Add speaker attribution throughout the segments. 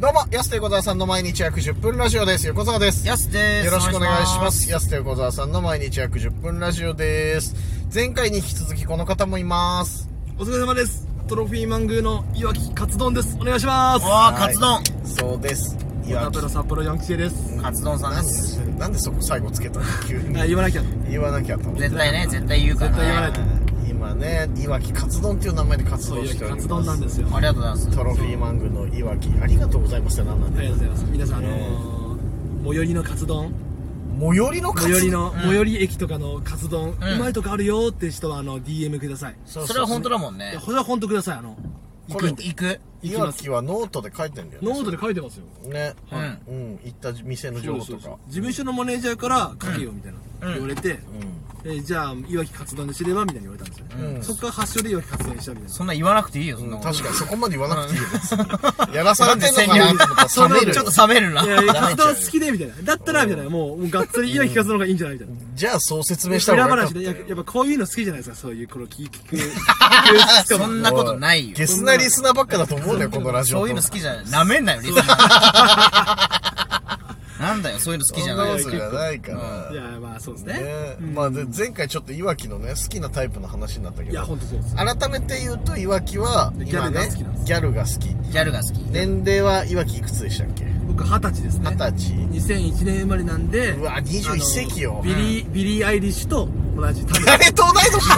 Speaker 1: どうも、安手横沢さんの毎日約10分ラジオです。横澤です。
Speaker 2: やすです。
Speaker 1: よろしくお願いします。安手横沢さんの毎日約10分ラジオです。前回に引き続きこの方もいます。
Speaker 3: お疲れ様です。トロフィーマングーのいわきカツ丼です。お願いします。
Speaker 2: わあ、カツ丼。
Speaker 1: そうです。い
Speaker 3: ダブル札幌ヤンキーです。
Speaker 2: カツ丼さん
Speaker 1: な
Speaker 2: で
Speaker 1: ん
Speaker 2: す。
Speaker 1: でなんでそこ最後つけたの急に
Speaker 3: あ、言わなきゃ。
Speaker 1: 言わなきゃと思って
Speaker 2: 絶。対ね、絶対言うから、ね。
Speaker 3: 絶対言わないと
Speaker 1: 今ね、いわきカツ丼っていう名前で活
Speaker 3: そう
Speaker 1: 動
Speaker 3: いわ
Speaker 1: し
Speaker 3: き
Speaker 1: ており
Speaker 3: カ
Speaker 1: ます。
Speaker 3: ツ丼なんですよ。
Speaker 2: あ
Speaker 3: あ
Speaker 2: りがとうございます。
Speaker 1: トロフィーマングのいわき。ありがとうございますってなんなんだ
Speaker 3: り
Speaker 1: よ
Speaker 3: がとうございます。皆さん、あのー、最寄りのカツ丼、
Speaker 1: 最寄りのカツ
Speaker 3: 最寄りの、
Speaker 2: ん
Speaker 3: 最寄り駅とかのカツ丼、
Speaker 2: うん
Speaker 3: うまいとこあるよーって人は、あの、DM ください。
Speaker 1: そうそう
Speaker 2: それは本当だもんね
Speaker 3: いや、。これは本当ください、あの、行
Speaker 2: こ
Speaker 3: く
Speaker 2: れ、
Speaker 3: んで。
Speaker 2: 行く
Speaker 3: 行
Speaker 1: い
Speaker 3: き
Speaker 1: わ
Speaker 3: ます
Speaker 1: き。はノートで書いてんだよね。
Speaker 3: ノートで書いてますよ。
Speaker 1: ね、
Speaker 2: うん
Speaker 1: うん、行った店の情報
Speaker 3: そ
Speaker 1: と
Speaker 3: うそうそ
Speaker 1: か。
Speaker 3: う事務所のマネージャーから書けよ、みたいな。
Speaker 2: うん
Speaker 3: 言われて、えーじゃあ、いわきカツ丼にすればみたいに言われたんですよね。
Speaker 1: うん
Speaker 3: そっから発祥でいわきカツ丼にしたみたいな。
Speaker 2: そんな言わなくていいよ、そんな
Speaker 1: うん
Speaker 2: こと。
Speaker 1: 確かにそこまで言わなくていいよ別に。やらされてんのかなと思った
Speaker 2: そ
Speaker 1: ら冷め
Speaker 2: れ
Speaker 1: る
Speaker 2: ちょ
Speaker 1: よ
Speaker 2: っ。と冷め るな。
Speaker 3: いやい
Speaker 2: ダ
Speaker 3: や、
Speaker 2: メ
Speaker 3: 活動好きで、みたいな。だったら、みたいな。もう、もうがっつり、いや、聞かせの方がいいんじゃないみたいな。
Speaker 1: じゃあそう説明した
Speaker 3: 裏
Speaker 1: 方がよかっ
Speaker 3: 話
Speaker 1: た
Speaker 3: で、
Speaker 1: よ
Speaker 3: ややっぱこういうの好きじゃないですか、そういう、この聞 く、聞く、
Speaker 2: そ
Speaker 3: 聞
Speaker 2: ん
Speaker 3: く
Speaker 2: なことないよ。
Speaker 1: ゲスなリスナーばっかだと思うんだよ、このラジオ。
Speaker 2: そういうの好
Speaker 1: き。
Speaker 2: きじゃない。舐めんなよ、リスナー。なんだよ、そういうの好きじ
Speaker 1: そ
Speaker 2: ゃ
Speaker 1: んな
Speaker 2: な
Speaker 1: こ
Speaker 2: い
Speaker 1: と。じゃないから
Speaker 3: い。や、まあ、そうですね。
Speaker 1: ねまあで、前回ちょっといわきのね、好きなタイプの話になったけ
Speaker 3: いや、ほ
Speaker 1: ど、
Speaker 3: んとそうです。
Speaker 1: 改めて言うといわきは、
Speaker 3: ギャ
Speaker 1: 今
Speaker 3: ルが
Speaker 1: ね
Speaker 3: 好きなんです、
Speaker 1: ギャルが好き。
Speaker 2: ギャルが好き。
Speaker 1: 年齢はいわきいくつでしたっけ
Speaker 3: 僕、二十歳ですね。
Speaker 1: 二十歳。
Speaker 3: 2001年生まれなんで、
Speaker 1: うわ21
Speaker 3: あの
Speaker 1: 世紀よ
Speaker 3: ビリー、ビリー・アイリッシュと同じ種。
Speaker 1: 誰と同い年だ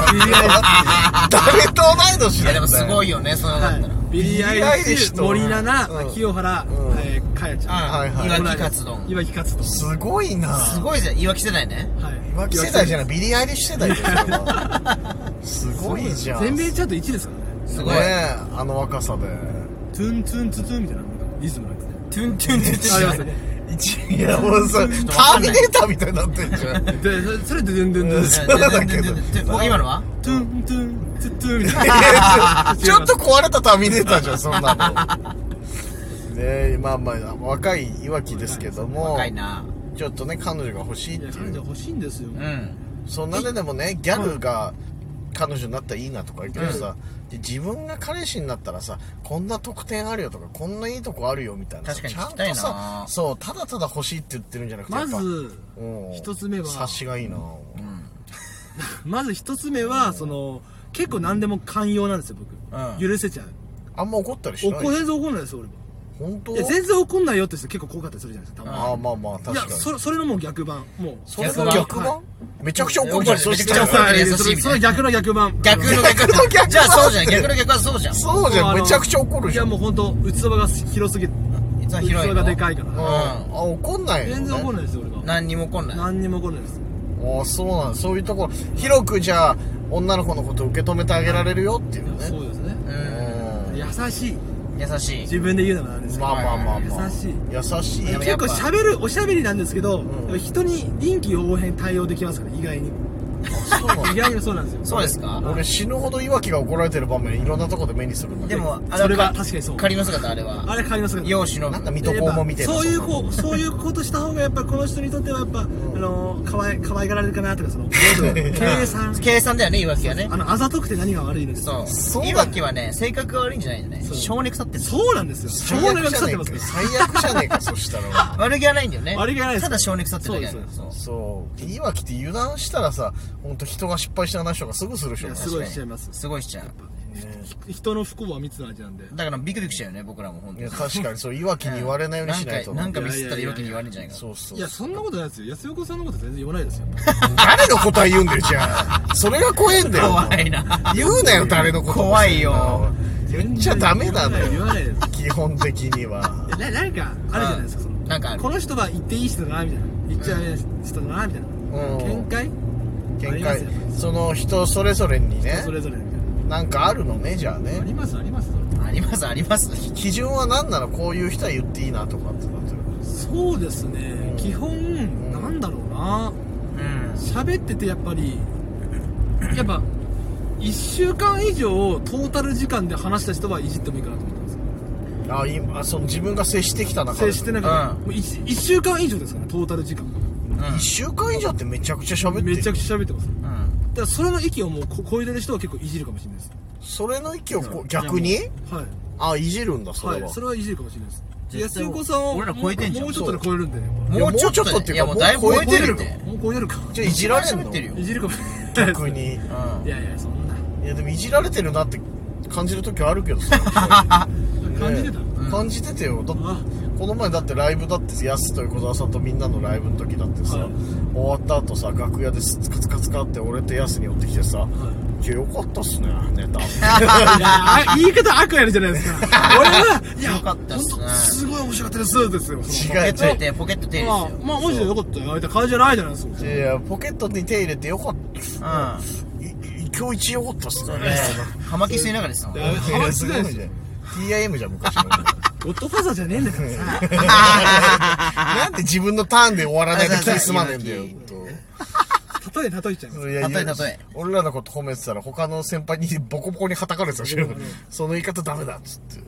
Speaker 1: 誰と同い年なんだよ
Speaker 2: いや、でもすごいよね、そうなったら。
Speaker 3: はいビリー・アイリッシュ、
Speaker 1: ビリ
Speaker 3: 森
Speaker 1: ーアイリッシュと
Speaker 3: 七
Speaker 1: うん
Speaker 3: 菜、清原
Speaker 1: うん、
Speaker 3: えーかやちゃん。
Speaker 1: はいはい
Speaker 2: いわきカツ丼。
Speaker 3: いわき勝つと。
Speaker 1: すごいな
Speaker 2: すごいじゃん、いわき世代ね。
Speaker 3: はい。
Speaker 1: いわき世代じゃないビリー・アイリッシュ世代ですよそれはすごいじゃん
Speaker 3: 全米チャート1ですからね。
Speaker 2: すごい
Speaker 1: ねえあの若さで
Speaker 3: トゥントゥントゥトゥンみたいなリズムなんですね。
Speaker 2: トゥントゥントゥントゥン。
Speaker 3: ありますよね。
Speaker 1: 一いやもうさタ
Speaker 2: ちょっとわか
Speaker 1: ー
Speaker 2: ん
Speaker 1: ミ
Speaker 2: ない
Speaker 1: ネーターみたいになってんじ ゃんい
Speaker 3: で、それそれドゥドゥンドゥンドゥン。
Speaker 1: そうだけど
Speaker 2: 僕今のは
Speaker 3: トゥントゥントゥトゥンみたいな。
Speaker 1: やちょちょっと壊れたターミネーターじゃんそんな のねえまあまあ若いいわきですけども
Speaker 2: 若いな。
Speaker 1: ちょっとね彼女が欲しいっ
Speaker 3: いや
Speaker 1: て
Speaker 3: 彼
Speaker 1: い
Speaker 3: 女
Speaker 1: う
Speaker 3: 欲しいんですよ。
Speaker 2: うん。
Speaker 1: そんなででもねギャルが彼女になったらいいなとか言うけどさ、で自分が彼氏になったらさこんな特典あるよとかこんないいとこあるよみたいなさ
Speaker 2: 確かに
Speaker 1: ちゃん
Speaker 2: 聞きたいな
Speaker 1: とさそうただただ欲しいって言ってるんじゃなくて
Speaker 3: ま
Speaker 1: やっ
Speaker 3: ず、
Speaker 1: ぱうん
Speaker 3: 一つ目は
Speaker 1: 察しがいいな、
Speaker 3: まず一つ目は、その、結構何でも寛容なんですよ、僕。
Speaker 2: うん
Speaker 3: 許せちゃう。
Speaker 1: あんま怒ったりしない
Speaker 3: 怒れず怒んないですよ、俺も。
Speaker 1: 本当
Speaker 3: いや、全然怒んないよって人結構怖かったりするじゃないですか、たま
Speaker 1: ああまあまあ
Speaker 3: に。い
Speaker 1: 確か
Speaker 3: や、
Speaker 1: に
Speaker 3: それ、それのもう逆版。もう。
Speaker 1: それの
Speaker 2: 逆版
Speaker 1: 逆版、
Speaker 3: はい
Speaker 1: めちゃくちゃ怒るじゃん
Speaker 2: 怒る
Speaker 1: そし
Speaker 2: め
Speaker 1: た
Speaker 2: ちゃ
Speaker 1: ら
Speaker 2: くちゃ怒る
Speaker 3: いや
Speaker 2: 優しいみたいな
Speaker 3: それ逆の逆版。
Speaker 2: 逆の逆
Speaker 1: 逆の逆だ
Speaker 2: じゃあそうじゃん、逆の逆はそうじゃん。
Speaker 1: そうじゃんめちゃくちゃ怒るじゃん
Speaker 3: いや、もうほんと、器が広すぎる。
Speaker 2: 実は
Speaker 3: 器
Speaker 2: 広い
Speaker 3: が
Speaker 2: の。
Speaker 3: でかいか
Speaker 1: うん
Speaker 3: ら。
Speaker 1: あ怒んないの、ね、
Speaker 3: 全然怒んないですよ、俺は。
Speaker 2: 何にも来ない。
Speaker 3: 何にも怒んないです。
Speaker 1: ああそうなんそういうところ広くじゃあ女の子のことを受け止めてあげられるよっていうね
Speaker 3: そうですね。
Speaker 1: うん
Speaker 3: 優しい。
Speaker 2: 優しい。
Speaker 3: 自分で言うのもなんですけど。
Speaker 1: まあまあまあまあ
Speaker 3: 優しい
Speaker 1: 優しい
Speaker 2: でもや
Speaker 3: 結
Speaker 2: っ
Speaker 3: 構
Speaker 2: ぱ
Speaker 3: 喋る、おしゃべりなんですけど、
Speaker 1: ん
Speaker 3: 人に臨機応変対応できますから、意外に。
Speaker 1: そうなの
Speaker 3: 意外にそうなんですよ。
Speaker 2: そうですか
Speaker 1: 俺死ぬほどいわきが怒られてる場面いろんなとこで目にするんだ
Speaker 2: でも、あ
Speaker 3: それは
Speaker 2: か
Speaker 3: 確かにそう
Speaker 2: 仮の姿、あれは。
Speaker 3: あれ変わりますから。
Speaker 2: 世を忍
Speaker 1: なんか
Speaker 2: ぶ。
Speaker 1: 水戸黄門みたいな
Speaker 3: そういうん
Speaker 1: な
Speaker 3: こう、そういうことした方が、やっぱこの人にとっては、やっぱ、あの、かわい、可愛がられるかなとか、その、計算。
Speaker 2: 計算だよね、いわきはね
Speaker 3: あ。の、あざとくて何が悪いのです
Speaker 2: そ
Speaker 1: そう
Speaker 2: う。いわきはね、性格が悪いんじゃないよね。
Speaker 3: そう
Speaker 2: 性根腐ってる。
Speaker 3: そうなんですよ。少
Speaker 1: 最
Speaker 3: 年
Speaker 1: 悪
Speaker 3: が
Speaker 1: じゃ
Speaker 3: 腐っ
Speaker 1: ね
Speaker 3: て
Speaker 1: えか
Speaker 3: ますから。
Speaker 1: 最悪じゃねえかそしたら
Speaker 2: 悪気はないんだよね。
Speaker 3: 悪気はないです
Speaker 2: ただ性根腐ってるだけ
Speaker 3: そうです
Speaker 2: そう
Speaker 1: そういわきって油断したらさ本当人が失敗した話とかすぐするでしょ
Speaker 3: いや
Speaker 1: ね
Speaker 3: すごいしちゃいます
Speaker 2: すごいしちゃう。
Speaker 3: 人の不幸は蜜の味なんで。
Speaker 2: だからビクビクしちゃうよね、僕らも本当
Speaker 1: いや
Speaker 2: に。
Speaker 1: 確かにそういわきに言われないようにしないと
Speaker 2: なんか
Speaker 3: い
Speaker 2: なんかミ
Speaker 3: やいやい
Speaker 2: ス
Speaker 3: や
Speaker 2: ったらいわきに言われるんじゃないか。
Speaker 1: そうそう
Speaker 3: いや、そんなことないですよ。安横さんのこと全然言わないですよ。
Speaker 1: 誰の答え言うんだよじゃあそれが怖えんだよ
Speaker 2: 怖いな。
Speaker 1: 言うなよ誰のことも
Speaker 2: 怖いよ
Speaker 1: 言っちゃダメなの
Speaker 3: 言
Speaker 1: よ
Speaker 3: わないです。
Speaker 1: 基本的には
Speaker 3: ななんかあるじゃないですかその
Speaker 2: うんなんかある
Speaker 3: この人は言っていい人だなみたいな言っちゃう人だなみたいな、
Speaker 1: うん
Speaker 3: 見解あ
Speaker 1: 見
Speaker 3: ります
Speaker 1: 解
Speaker 3: よ
Speaker 1: その人それぞれにね
Speaker 3: それぞれみたい
Speaker 1: なんかあるのねじゃあ
Speaker 3: なあ
Speaker 1: ね
Speaker 3: りますあります
Speaker 2: あります、あります。
Speaker 1: 基準は何なのこういう人は言っていいなとかってなってる
Speaker 3: そうですね基本、なんだろうな
Speaker 2: うん。
Speaker 3: 喋っててやっぱりやっぱ1週間以上トータル時間で話した人はいじってもいいかなと思ったんですよ
Speaker 1: あ今その自分が接してきた中で
Speaker 3: 接してなんか、
Speaker 2: うん
Speaker 3: もう 1, 週間以上ですからトータル時間
Speaker 2: うん
Speaker 1: 1週間以上ってめちゃくちゃ喋ってる
Speaker 3: めちゃくちゃ喋ってますだ
Speaker 2: うん
Speaker 3: からそれの域をもうこ超えてる人は結構いじるかもしれないです
Speaker 1: それの域をこう逆に
Speaker 3: はい
Speaker 1: あいじるんだそ
Speaker 3: は
Speaker 1: れ
Speaker 3: い
Speaker 1: は
Speaker 3: それはいじるかもしれないです
Speaker 2: 絶
Speaker 3: 安
Speaker 2: 対
Speaker 3: 横さんは
Speaker 2: 俺ら超えてんじゃん
Speaker 3: もうちょっとで超えるんだよ
Speaker 1: いやもうちょっとっていうか
Speaker 2: いやもうだいぶ
Speaker 1: もう超
Speaker 2: 超
Speaker 1: え
Speaker 2: え
Speaker 1: てる
Speaker 2: てる
Speaker 1: よ
Speaker 2: って
Speaker 3: もう超えるか
Speaker 1: じゃあいじられんの
Speaker 2: 喋ってるよ
Speaker 3: いじるかもしれない
Speaker 1: 逆に
Speaker 2: うん
Speaker 3: いやいやそんない
Speaker 1: やでもいじられてるなって感じる時はあるけどさ
Speaker 3: 感じてた
Speaker 1: ねえ感じててよだって
Speaker 3: あ
Speaker 1: この前だってライブだってやすと横澤さんとみんなのライブの時だってさ、
Speaker 3: はい
Speaker 1: 終わった後さ楽屋ですツカツカツカって俺とやすに寄ってきてさ「いやよかったっすねネタ」
Speaker 3: いやあ言い方悪やるじゃないですか 俺はいや
Speaker 2: よかったっすね
Speaker 3: ほんとすごい面白かったですですよ
Speaker 1: 違
Speaker 2: ポ
Speaker 1: う
Speaker 2: ケット手ポケット手ですよ
Speaker 3: まあまあマジでよかったよあいた感じじゃないじゃないですか
Speaker 1: いやポケットに手入れてよかったっすね
Speaker 2: うん
Speaker 1: いい今日一よかったっすね
Speaker 2: そうね葉巻吸いながらですよ
Speaker 3: いや
Speaker 1: いや
Speaker 3: 話
Speaker 1: す
Speaker 3: し
Speaker 1: ご
Speaker 3: ない
Speaker 1: い
Speaker 3: ですよ
Speaker 1: じゃん TIM じゃん昔の
Speaker 3: ゴッドファザーじゃねえんだからさ
Speaker 1: なんで自分のターンで終わらないと気にすまねえんだよ
Speaker 2: あそう
Speaker 1: ほんと
Speaker 3: 例え例えちゃいます
Speaker 1: いやいや
Speaker 2: 例え例え
Speaker 1: 俺らのこと褒めてたら他の先輩にボコボコにはたかれてたし、その言い方ダメだっつって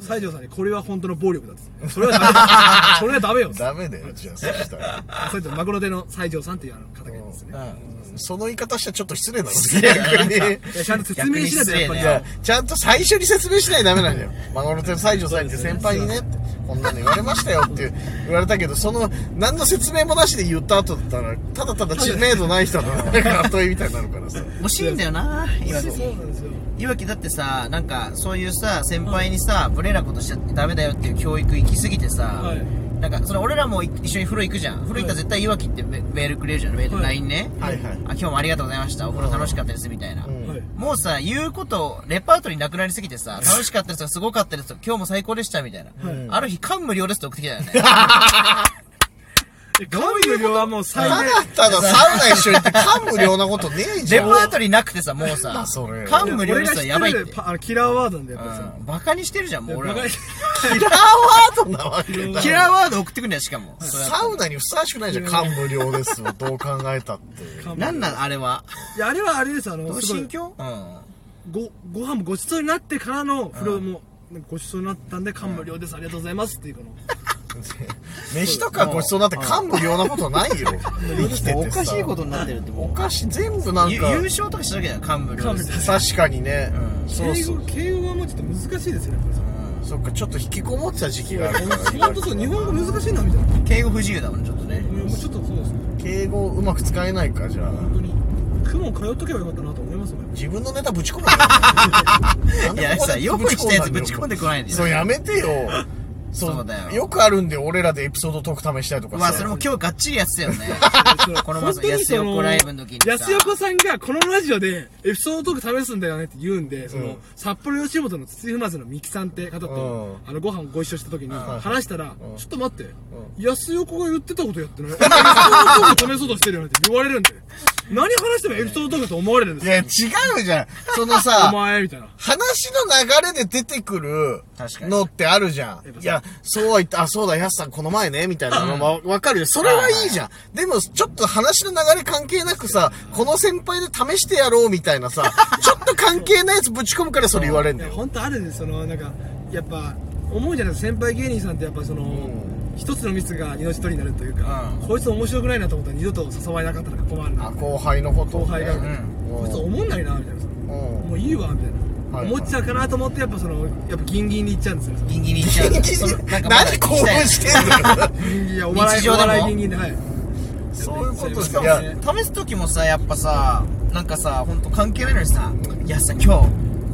Speaker 3: 西条さんにこれは本当の暴力だっつってそれ はダメだそれはダメよ
Speaker 1: ダメだよじゃあそしたら、
Speaker 3: それとマグロ手の西条さんっていうあの方がいますね
Speaker 1: うんその言い方したらちょっと失礼なの逆に
Speaker 3: いやちゃんと説明しないとやっぱり
Speaker 1: いやちゃんと最初に説明しないとダメなんだよ孫の手の西条さんって先輩にねってこんなの言われましたよって言われたけどその何の説明もなしで言った後だったらただただ知名度ない人のなんか例えみたいになるからさ
Speaker 2: 惜しいんだよな岩木
Speaker 3: そうなんですよ
Speaker 2: いわきだってさなんかそういうさ先輩にさブレなことしちゃダメだよっていう教育行き過ぎてさ、
Speaker 3: はい
Speaker 2: なんかそれ俺らもい一緒に風呂行くじゃん風呂行ったら絶対いわきってメメールくれるじゃんメール、
Speaker 3: はい
Speaker 2: LINE ね、
Speaker 1: はいはい
Speaker 2: あ今日もありがとうございましたお風呂楽しかったですみたいな、
Speaker 1: うん
Speaker 3: はい
Speaker 2: もうさ言うことレパートリーなくなりすぎてさ楽しかったですとかすごかったですとか今日も最高でしたみたいな、ある日感無量ですって送ってきたよね
Speaker 3: えどういう量はもう最
Speaker 1: た
Speaker 3: 大
Speaker 1: だただサウナ一緒に行って感無量なことねえじ
Speaker 2: レ
Speaker 1: ゃ
Speaker 2: パ
Speaker 1: ん
Speaker 2: ートリーなくてさもう
Speaker 1: なんだ
Speaker 2: さ
Speaker 1: それ
Speaker 2: 感無量ですはやばいって、
Speaker 3: 俺が知るパあのキラーワードなんだよやっぱりさ
Speaker 2: うん、バカにしてるじゃん もう俺ら
Speaker 3: バカに
Speaker 1: キラーワードなわけだ
Speaker 2: キラーワード送ってくんだよしかも、それは
Speaker 1: サウナにふさわしくないじゃん感無量ですよどう考えたって
Speaker 2: なんなんあれはい
Speaker 3: やあれはあれですあのすご
Speaker 2: 心
Speaker 3: い
Speaker 2: 境うん
Speaker 3: ごご飯もごちそうになってからの風呂もなんかごちそうになったんで感無量ですありがとうございますっていうこの
Speaker 1: 飯とかごちそうになって感無量なことないよ生きててさ
Speaker 2: おかしいことになってるって
Speaker 1: お
Speaker 2: も
Speaker 1: かしい全部なん
Speaker 2: う
Speaker 1: か
Speaker 2: ゆ優勝とかした時だよ幹部
Speaker 3: 幹部です
Speaker 1: 確かにね、そう
Speaker 3: 敬
Speaker 1: そ
Speaker 3: 語
Speaker 1: う
Speaker 3: 敬語はもうちょっと難しいですよねやっぱりさ
Speaker 1: そっかちょっと引きこもってた時期があるから
Speaker 3: 本当そう日本語難しいなみたいな
Speaker 2: 敬語不自由だもんちょっとね
Speaker 3: もうちょっとそうですね
Speaker 1: 敬語うまく使えないかじゃあ
Speaker 3: 本当に雲通っとけばよかったなと思いますもんやっぱ
Speaker 1: 自分のネタぶち込む
Speaker 2: いやさよくしたやつぶち込ん
Speaker 1: で
Speaker 2: でこないんだ
Speaker 1: そ
Speaker 2: よ
Speaker 1: うやめてよそ
Speaker 2: そうだよ
Speaker 1: よくあるんで俺らでエピソードトーク試したりとかさ
Speaker 2: まあそれも今日がっちりやってたよ ね
Speaker 3: り
Speaker 2: この前
Speaker 3: 本当
Speaker 2: さ
Speaker 3: に
Speaker 2: 安
Speaker 3: そ
Speaker 2: 横ライブの時にさ
Speaker 3: 安横さんがこのラジオでエピソードトーク試すんだよねって言うんで、そ
Speaker 1: うん
Speaker 3: の札幌吉本の筒井まずの三木さんって方と、
Speaker 1: う
Speaker 3: あのご飯ご一緒した時に
Speaker 1: ん
Speaker 3: 話したら、ちょっと待って、
Speaker 1: う
Speaker 3: 安横が言ってたことやってない エピソードトーク試そうとしてるよねって言われるんで何話してもエピソードトークと思われるんです
Speaker 1: い
Speaker 3: よ
Speaker 1: や違うじゃんその
Speaker 3: お
Speaker 1: さ
Speaker 3: 前みたいな
Speaker 1: 話の流れで出てくる
Speaker 2: 確かに
Speaker 1: のってあるじゃ
Speaker 3: やっ
Speaker 1: ん。
Speaker 3: ぱ
Speaker 1: いや、そうは言った、あ、そうだ、ヤスさんこの前ね、みたいなのもわかるよ。それはいいじゃん。でも、ちょっと話の流れ関係なくさ、この先輩で試してやろうみたいなさ、ちょっと関係ないやつぶち込むからそれ言われん
Speaker 3: い
Speaker 1: だ
Speaker 3: や
Speaker 1: よ。
Speaker 3: 本当あるんですそのなんかやっぱ思うじゃないですか先輩芸人さんってやっぱその、一つのミスが命取りになるというか、
Speaker 2: う
Speaker 3: こいつ面白くないなと思ったら二度と誘われなかったら困る
Speaker 1: あ、
Speaker 3: な
Speaker 1: 後輩のこと
Speaker 3: 後
Speaker 1: をね。
Speaker 3: 輩が、
Speaker 1: ん
Speaker 3: こいつ思んないなみたいなさ
Speaker 1: うん
Speaker 3: もういいわみたいな、
Speaker 1: はい
Speaker 3: 思っちゃうかなと思ってやっぱそのやっぱギンギンに行っちゃうんですよ
Speaker 2: ギンギンにいっちゃうそのなんかまだ
Speaker 1: 何興奮してんのよ。
Speaker 3: ギンギンいやお笑
Speaker 2: 日
Speaker 3: いお
Speaker 2: 常でも
Speaker 3: 笑いギンギンではい
Speaker 1: そういうこと
Speaker 3: し
Speaker 1: です
Speaker 3: か
Speaker 1: よ
Speaker 3: も
Speaker 1: いや
Speaker 3: ね
Speaker 2: 試す時もさやっぱさなんかさ本当関係ないのにさ「安さん今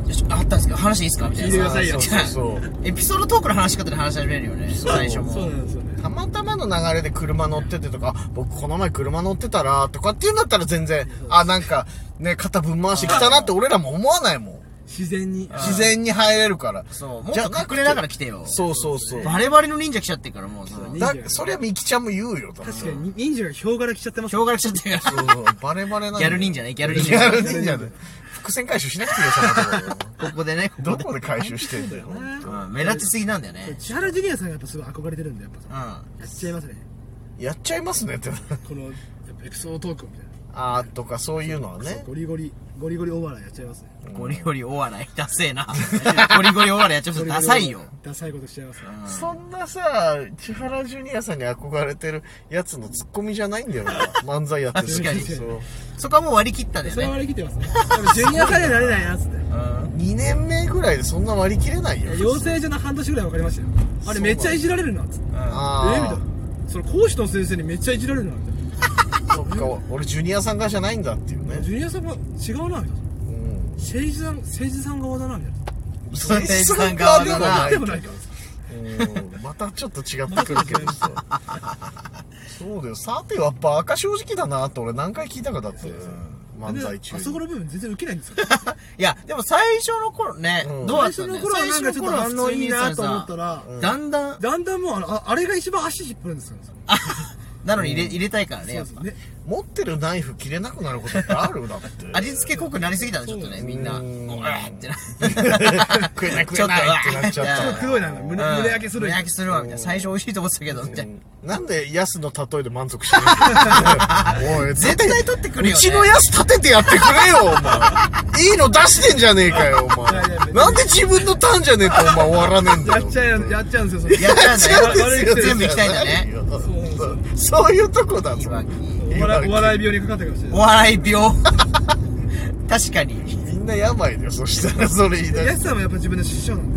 Speaker 2: 日よしあったんですけど話いいっすか?」みたい
Speaker 3: 聞いて
Speaker 2: な
Speaker 3: くだ
Speaker 2: さ
Speaker 3: さい
Speaker 1: そう
Speaker 3: よ
Speaker 1: そうそう。
Speaker 2: エピソードトークの話し方で話し始めるよね最初
Speaker 3: そ
Speaker 2: も
Speaker 3: うなんですよね
Speaker 1: たまたまの流れで車乗っててとか、あ僕この前車乗ってたら、とかっていうんだったら全然、あ、なんかね、肩ぶん回してきたなって俺らも思わないもん。
Speaker 3: 自然に
Speaker 1: 自然に入れるから。
Speaker 2: そうもっ
Speaker 1: じゃ
Speaker 2: と
Speaker 1: なく
Speaker 2: 隠れながら来てよ
Speaker 1: そうそうそう。
Speaker 2: バレバレの忍者来ちゃってるからもうさ
Speaker 3: ね
Speaker 1: だ、そりゃみきちゃんも言うよ、多分
Speaker 3: 確かに忍者がヒョウ柄着ちゃってます
Speaker 2: 今日から来ちゃってるから
Speaker 1: そうそう、バレバレなんだ
Speaker 2: ギ
Speaker 1: よ
Speaker 2: ャル忍者ねギャル忍
Speaker 1: ギャル
Speaker 2: 者
Speaker 1: 忍者で。伏線回収しなくていいよ、そんなと こ
Speaker 2: ここでねこ
Speaker 1: ろ。
Speaker 2: こ
Speaker 1: ど
Speaker 2: で
Speaker 1: こで回収してんだよ。
Speaker 2: うん目立ちすぎなんだよね
Speaker 3: 千原ジュニアさんがやっぱすごい憧れてるんでやっぱ
Speaker 2: うん
Speaker 3: やっちゃいますね
Speaker 1: やっちゃいますねって。
Speaker 3: このやっぱエピソードトークみたいな
Speaker 1: あーとかそういうのはね。
Speaker 3: ゴリゴリゴリゴリ大笑いやっちゃいますね
Speaker 2: ゴリゴリ大笑いダセえなゴリゴリ大笑いやっちゃうとダサいよ
Speaker 3: ダサいことしちゃいますね
Speaker 1: そんなさ、千原ジュニアさんに憧れてるやつのツッコミじゃないんだよ な、漫才やってる時
Speaker 2: 確かに
Speaker 1: そう
Speaker 2: そこはもう割り切ったんだよ
Speaker 3: それは
Speaker 2: ね
Speaker 3: 割り切ってますね多分ジュニアさんにはなれないなっつって
Speaker 2: うん
Speaker 1: 2年目ぐらいでそんな割り切れないよ。
Speaker 3: 養成所の半年ぐらい分かりましたよあれめっちゃいじられるなっつってえみたい
Speaker 1: あ
Speaker 3: なそれ講師の先生にめっちゃいじられるなみたい
Speaker 1: あそっか俺ジュニアさん側じゃないんだっていう
Speaker 3: な
Speaker 1: ね
Speaker 3: ジュニアさんが違うなみたいな
Speaker 1: うん
Speaker 3: 政治さん政治さん側だなみたいな
Speaker 2: 政治さん側だな
Speaker 3: でもないから
Speaker 1: うんまたちょっと違ってくるけどさそうだよさてやっぱ赤正直だなって俺何回聞いたかだって漫才中
Speaker 3: であ
Speaker 1: に
Speaker 3: そこの部分全然ウケないんですよ
Speaker 2: いや、でも最初の頃ね、
Speaker 1: うん
Speaker 2: どうだ
Speaker 3: 最
Speaker 2: ったね
Speaker 3: 初の頃はなんかちょっと反応いいなと思った
Speaker 2: ら、
Speaker 3: ら
Speaker 1: うん
Speaker 2: だんだん、
Speaker 3: だんだんもうあのああれが一番足引っ張るんですよ
Speaker 2: あなのに入れ入れたいからね、
Speaker 3: そ
Speaker 2: や
Speaker 3: う
Speaker 2: っ
Speaker 3: です
Speaker 2: ぱ。
Speaker 3: ね
Speaker 1: 持ってるナイフ切れなくなることってあるだって
Speaker 2: 味付け濃くなりすぎたの、ちょっとね、みんな。
Speaker 1: う
Speaker 2: うんわーってな。
Speaker 1: 食えない食えないってなっちゃっ
Speaker 2: ちょ
Speaker 1: た
Speaker 2: っと
Speaker 3: すごいなんか胸胸焼けする
Speaker 2: 胸焼けするわ、みたいな。最初美味しいと思ってたけど、みたいな。
Speaker 1: なんでヤスの例えで満足して るのおい
Speaker 2: 絶対取ってくるよね
Speaker 1: うちのヤス立ててやってくれよお前いいの出してんじゃねえかよお
Speaker 3: い
Speaker 1: 前
Speaker 3: やいや別に
Speaker 1: なんで自分のターンじゃねえとお前終わらねえんだ
Speaker 3: や
Speaker 1: よ
Speaker 3: っちゃうやっちゃうんですよそれ
Speaker 2: やっちゃうんだよ。
Speaker 3: 違うんですよ
Speaker 2: 全部行きたいんだね。
Speaker 1: そうそういうとこだ
Speaker 2: い
Speaker 1: ぞ
Speaker 2: わき
Speaker 3: お笑いお笑い病にかかったかもしれ
Speaker 2: お
Speaker 3: な
Speaker 2: 笑
Speaker 3: い
Speaker 2: い病。 確かに。
Speaker 1: みんなやばいだよそしたらそれ言い出
Speaker 3: や
Speaker 1: し
Speaker 3: すさんもやっぱ自分の師匠なん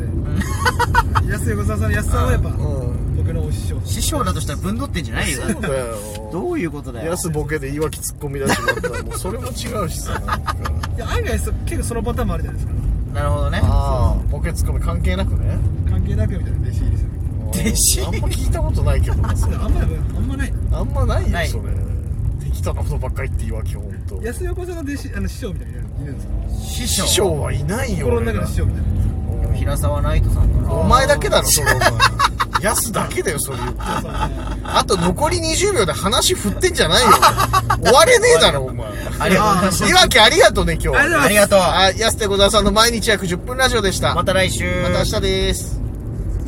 Speaker 3: でやす横澤さんやすさんはやっぱ
Speaker 1: うん
Speaker 3: 僕のお師匠
Speaker 2: 師匠だとしたらぶんどってんじゃないよ。
Speaker 1: そうだよ
Speaker 2: どういうことだよ
Speaker 1: ヤ。スボケでいわき突っ込み出してもらったらもうそれも違うしさなんか
Speaker 3: いや案外そ結構そのパターンもあるじゃないです
Speaker 2: なるほどね。
Speaker 1: ああボケ突っ込み関係なくね
Speaker 3: か関係なくみたいな弟子入りするみ
Speaker 2: 弟子
Speaker 1: あんま聞いたことないけどなそ
Speaker 3: たい
Speaker 1: れ
Speaker 3: なあんまりあんまない
Speaker 1: あんまないよ
Speaker 2: ない
Speaker 1: それ適当なことばっかり言っていいわけほんと
Speaker 3: やす横澤の弟子あの師匠みたいなのいるんですか
Speaker 1: 師
Speaker 2: 師匠。
Speaker 1: 匠はいないよ
Speaker 3: 心の中の師匠みたいな
Speaker 1: 俺ら
Speaker 2: 平沢ナイトさんかな。
Speaker 1: お前だけだろ それお前ヤスだけだよそれ言って あと残り20秒で話振ってんじゃないよ終われねえだろお前
Speaker 2: ありがとうございます。
Speaker 1: いわきありがとうね今日
Speaker 3: ありがとうございます
Speaker 2: ありがとう。
Speaker 1: あ安手小沢さんの毎日約10分ラジオでした
Speaker 2: また来週。
Speaker 1: また明日です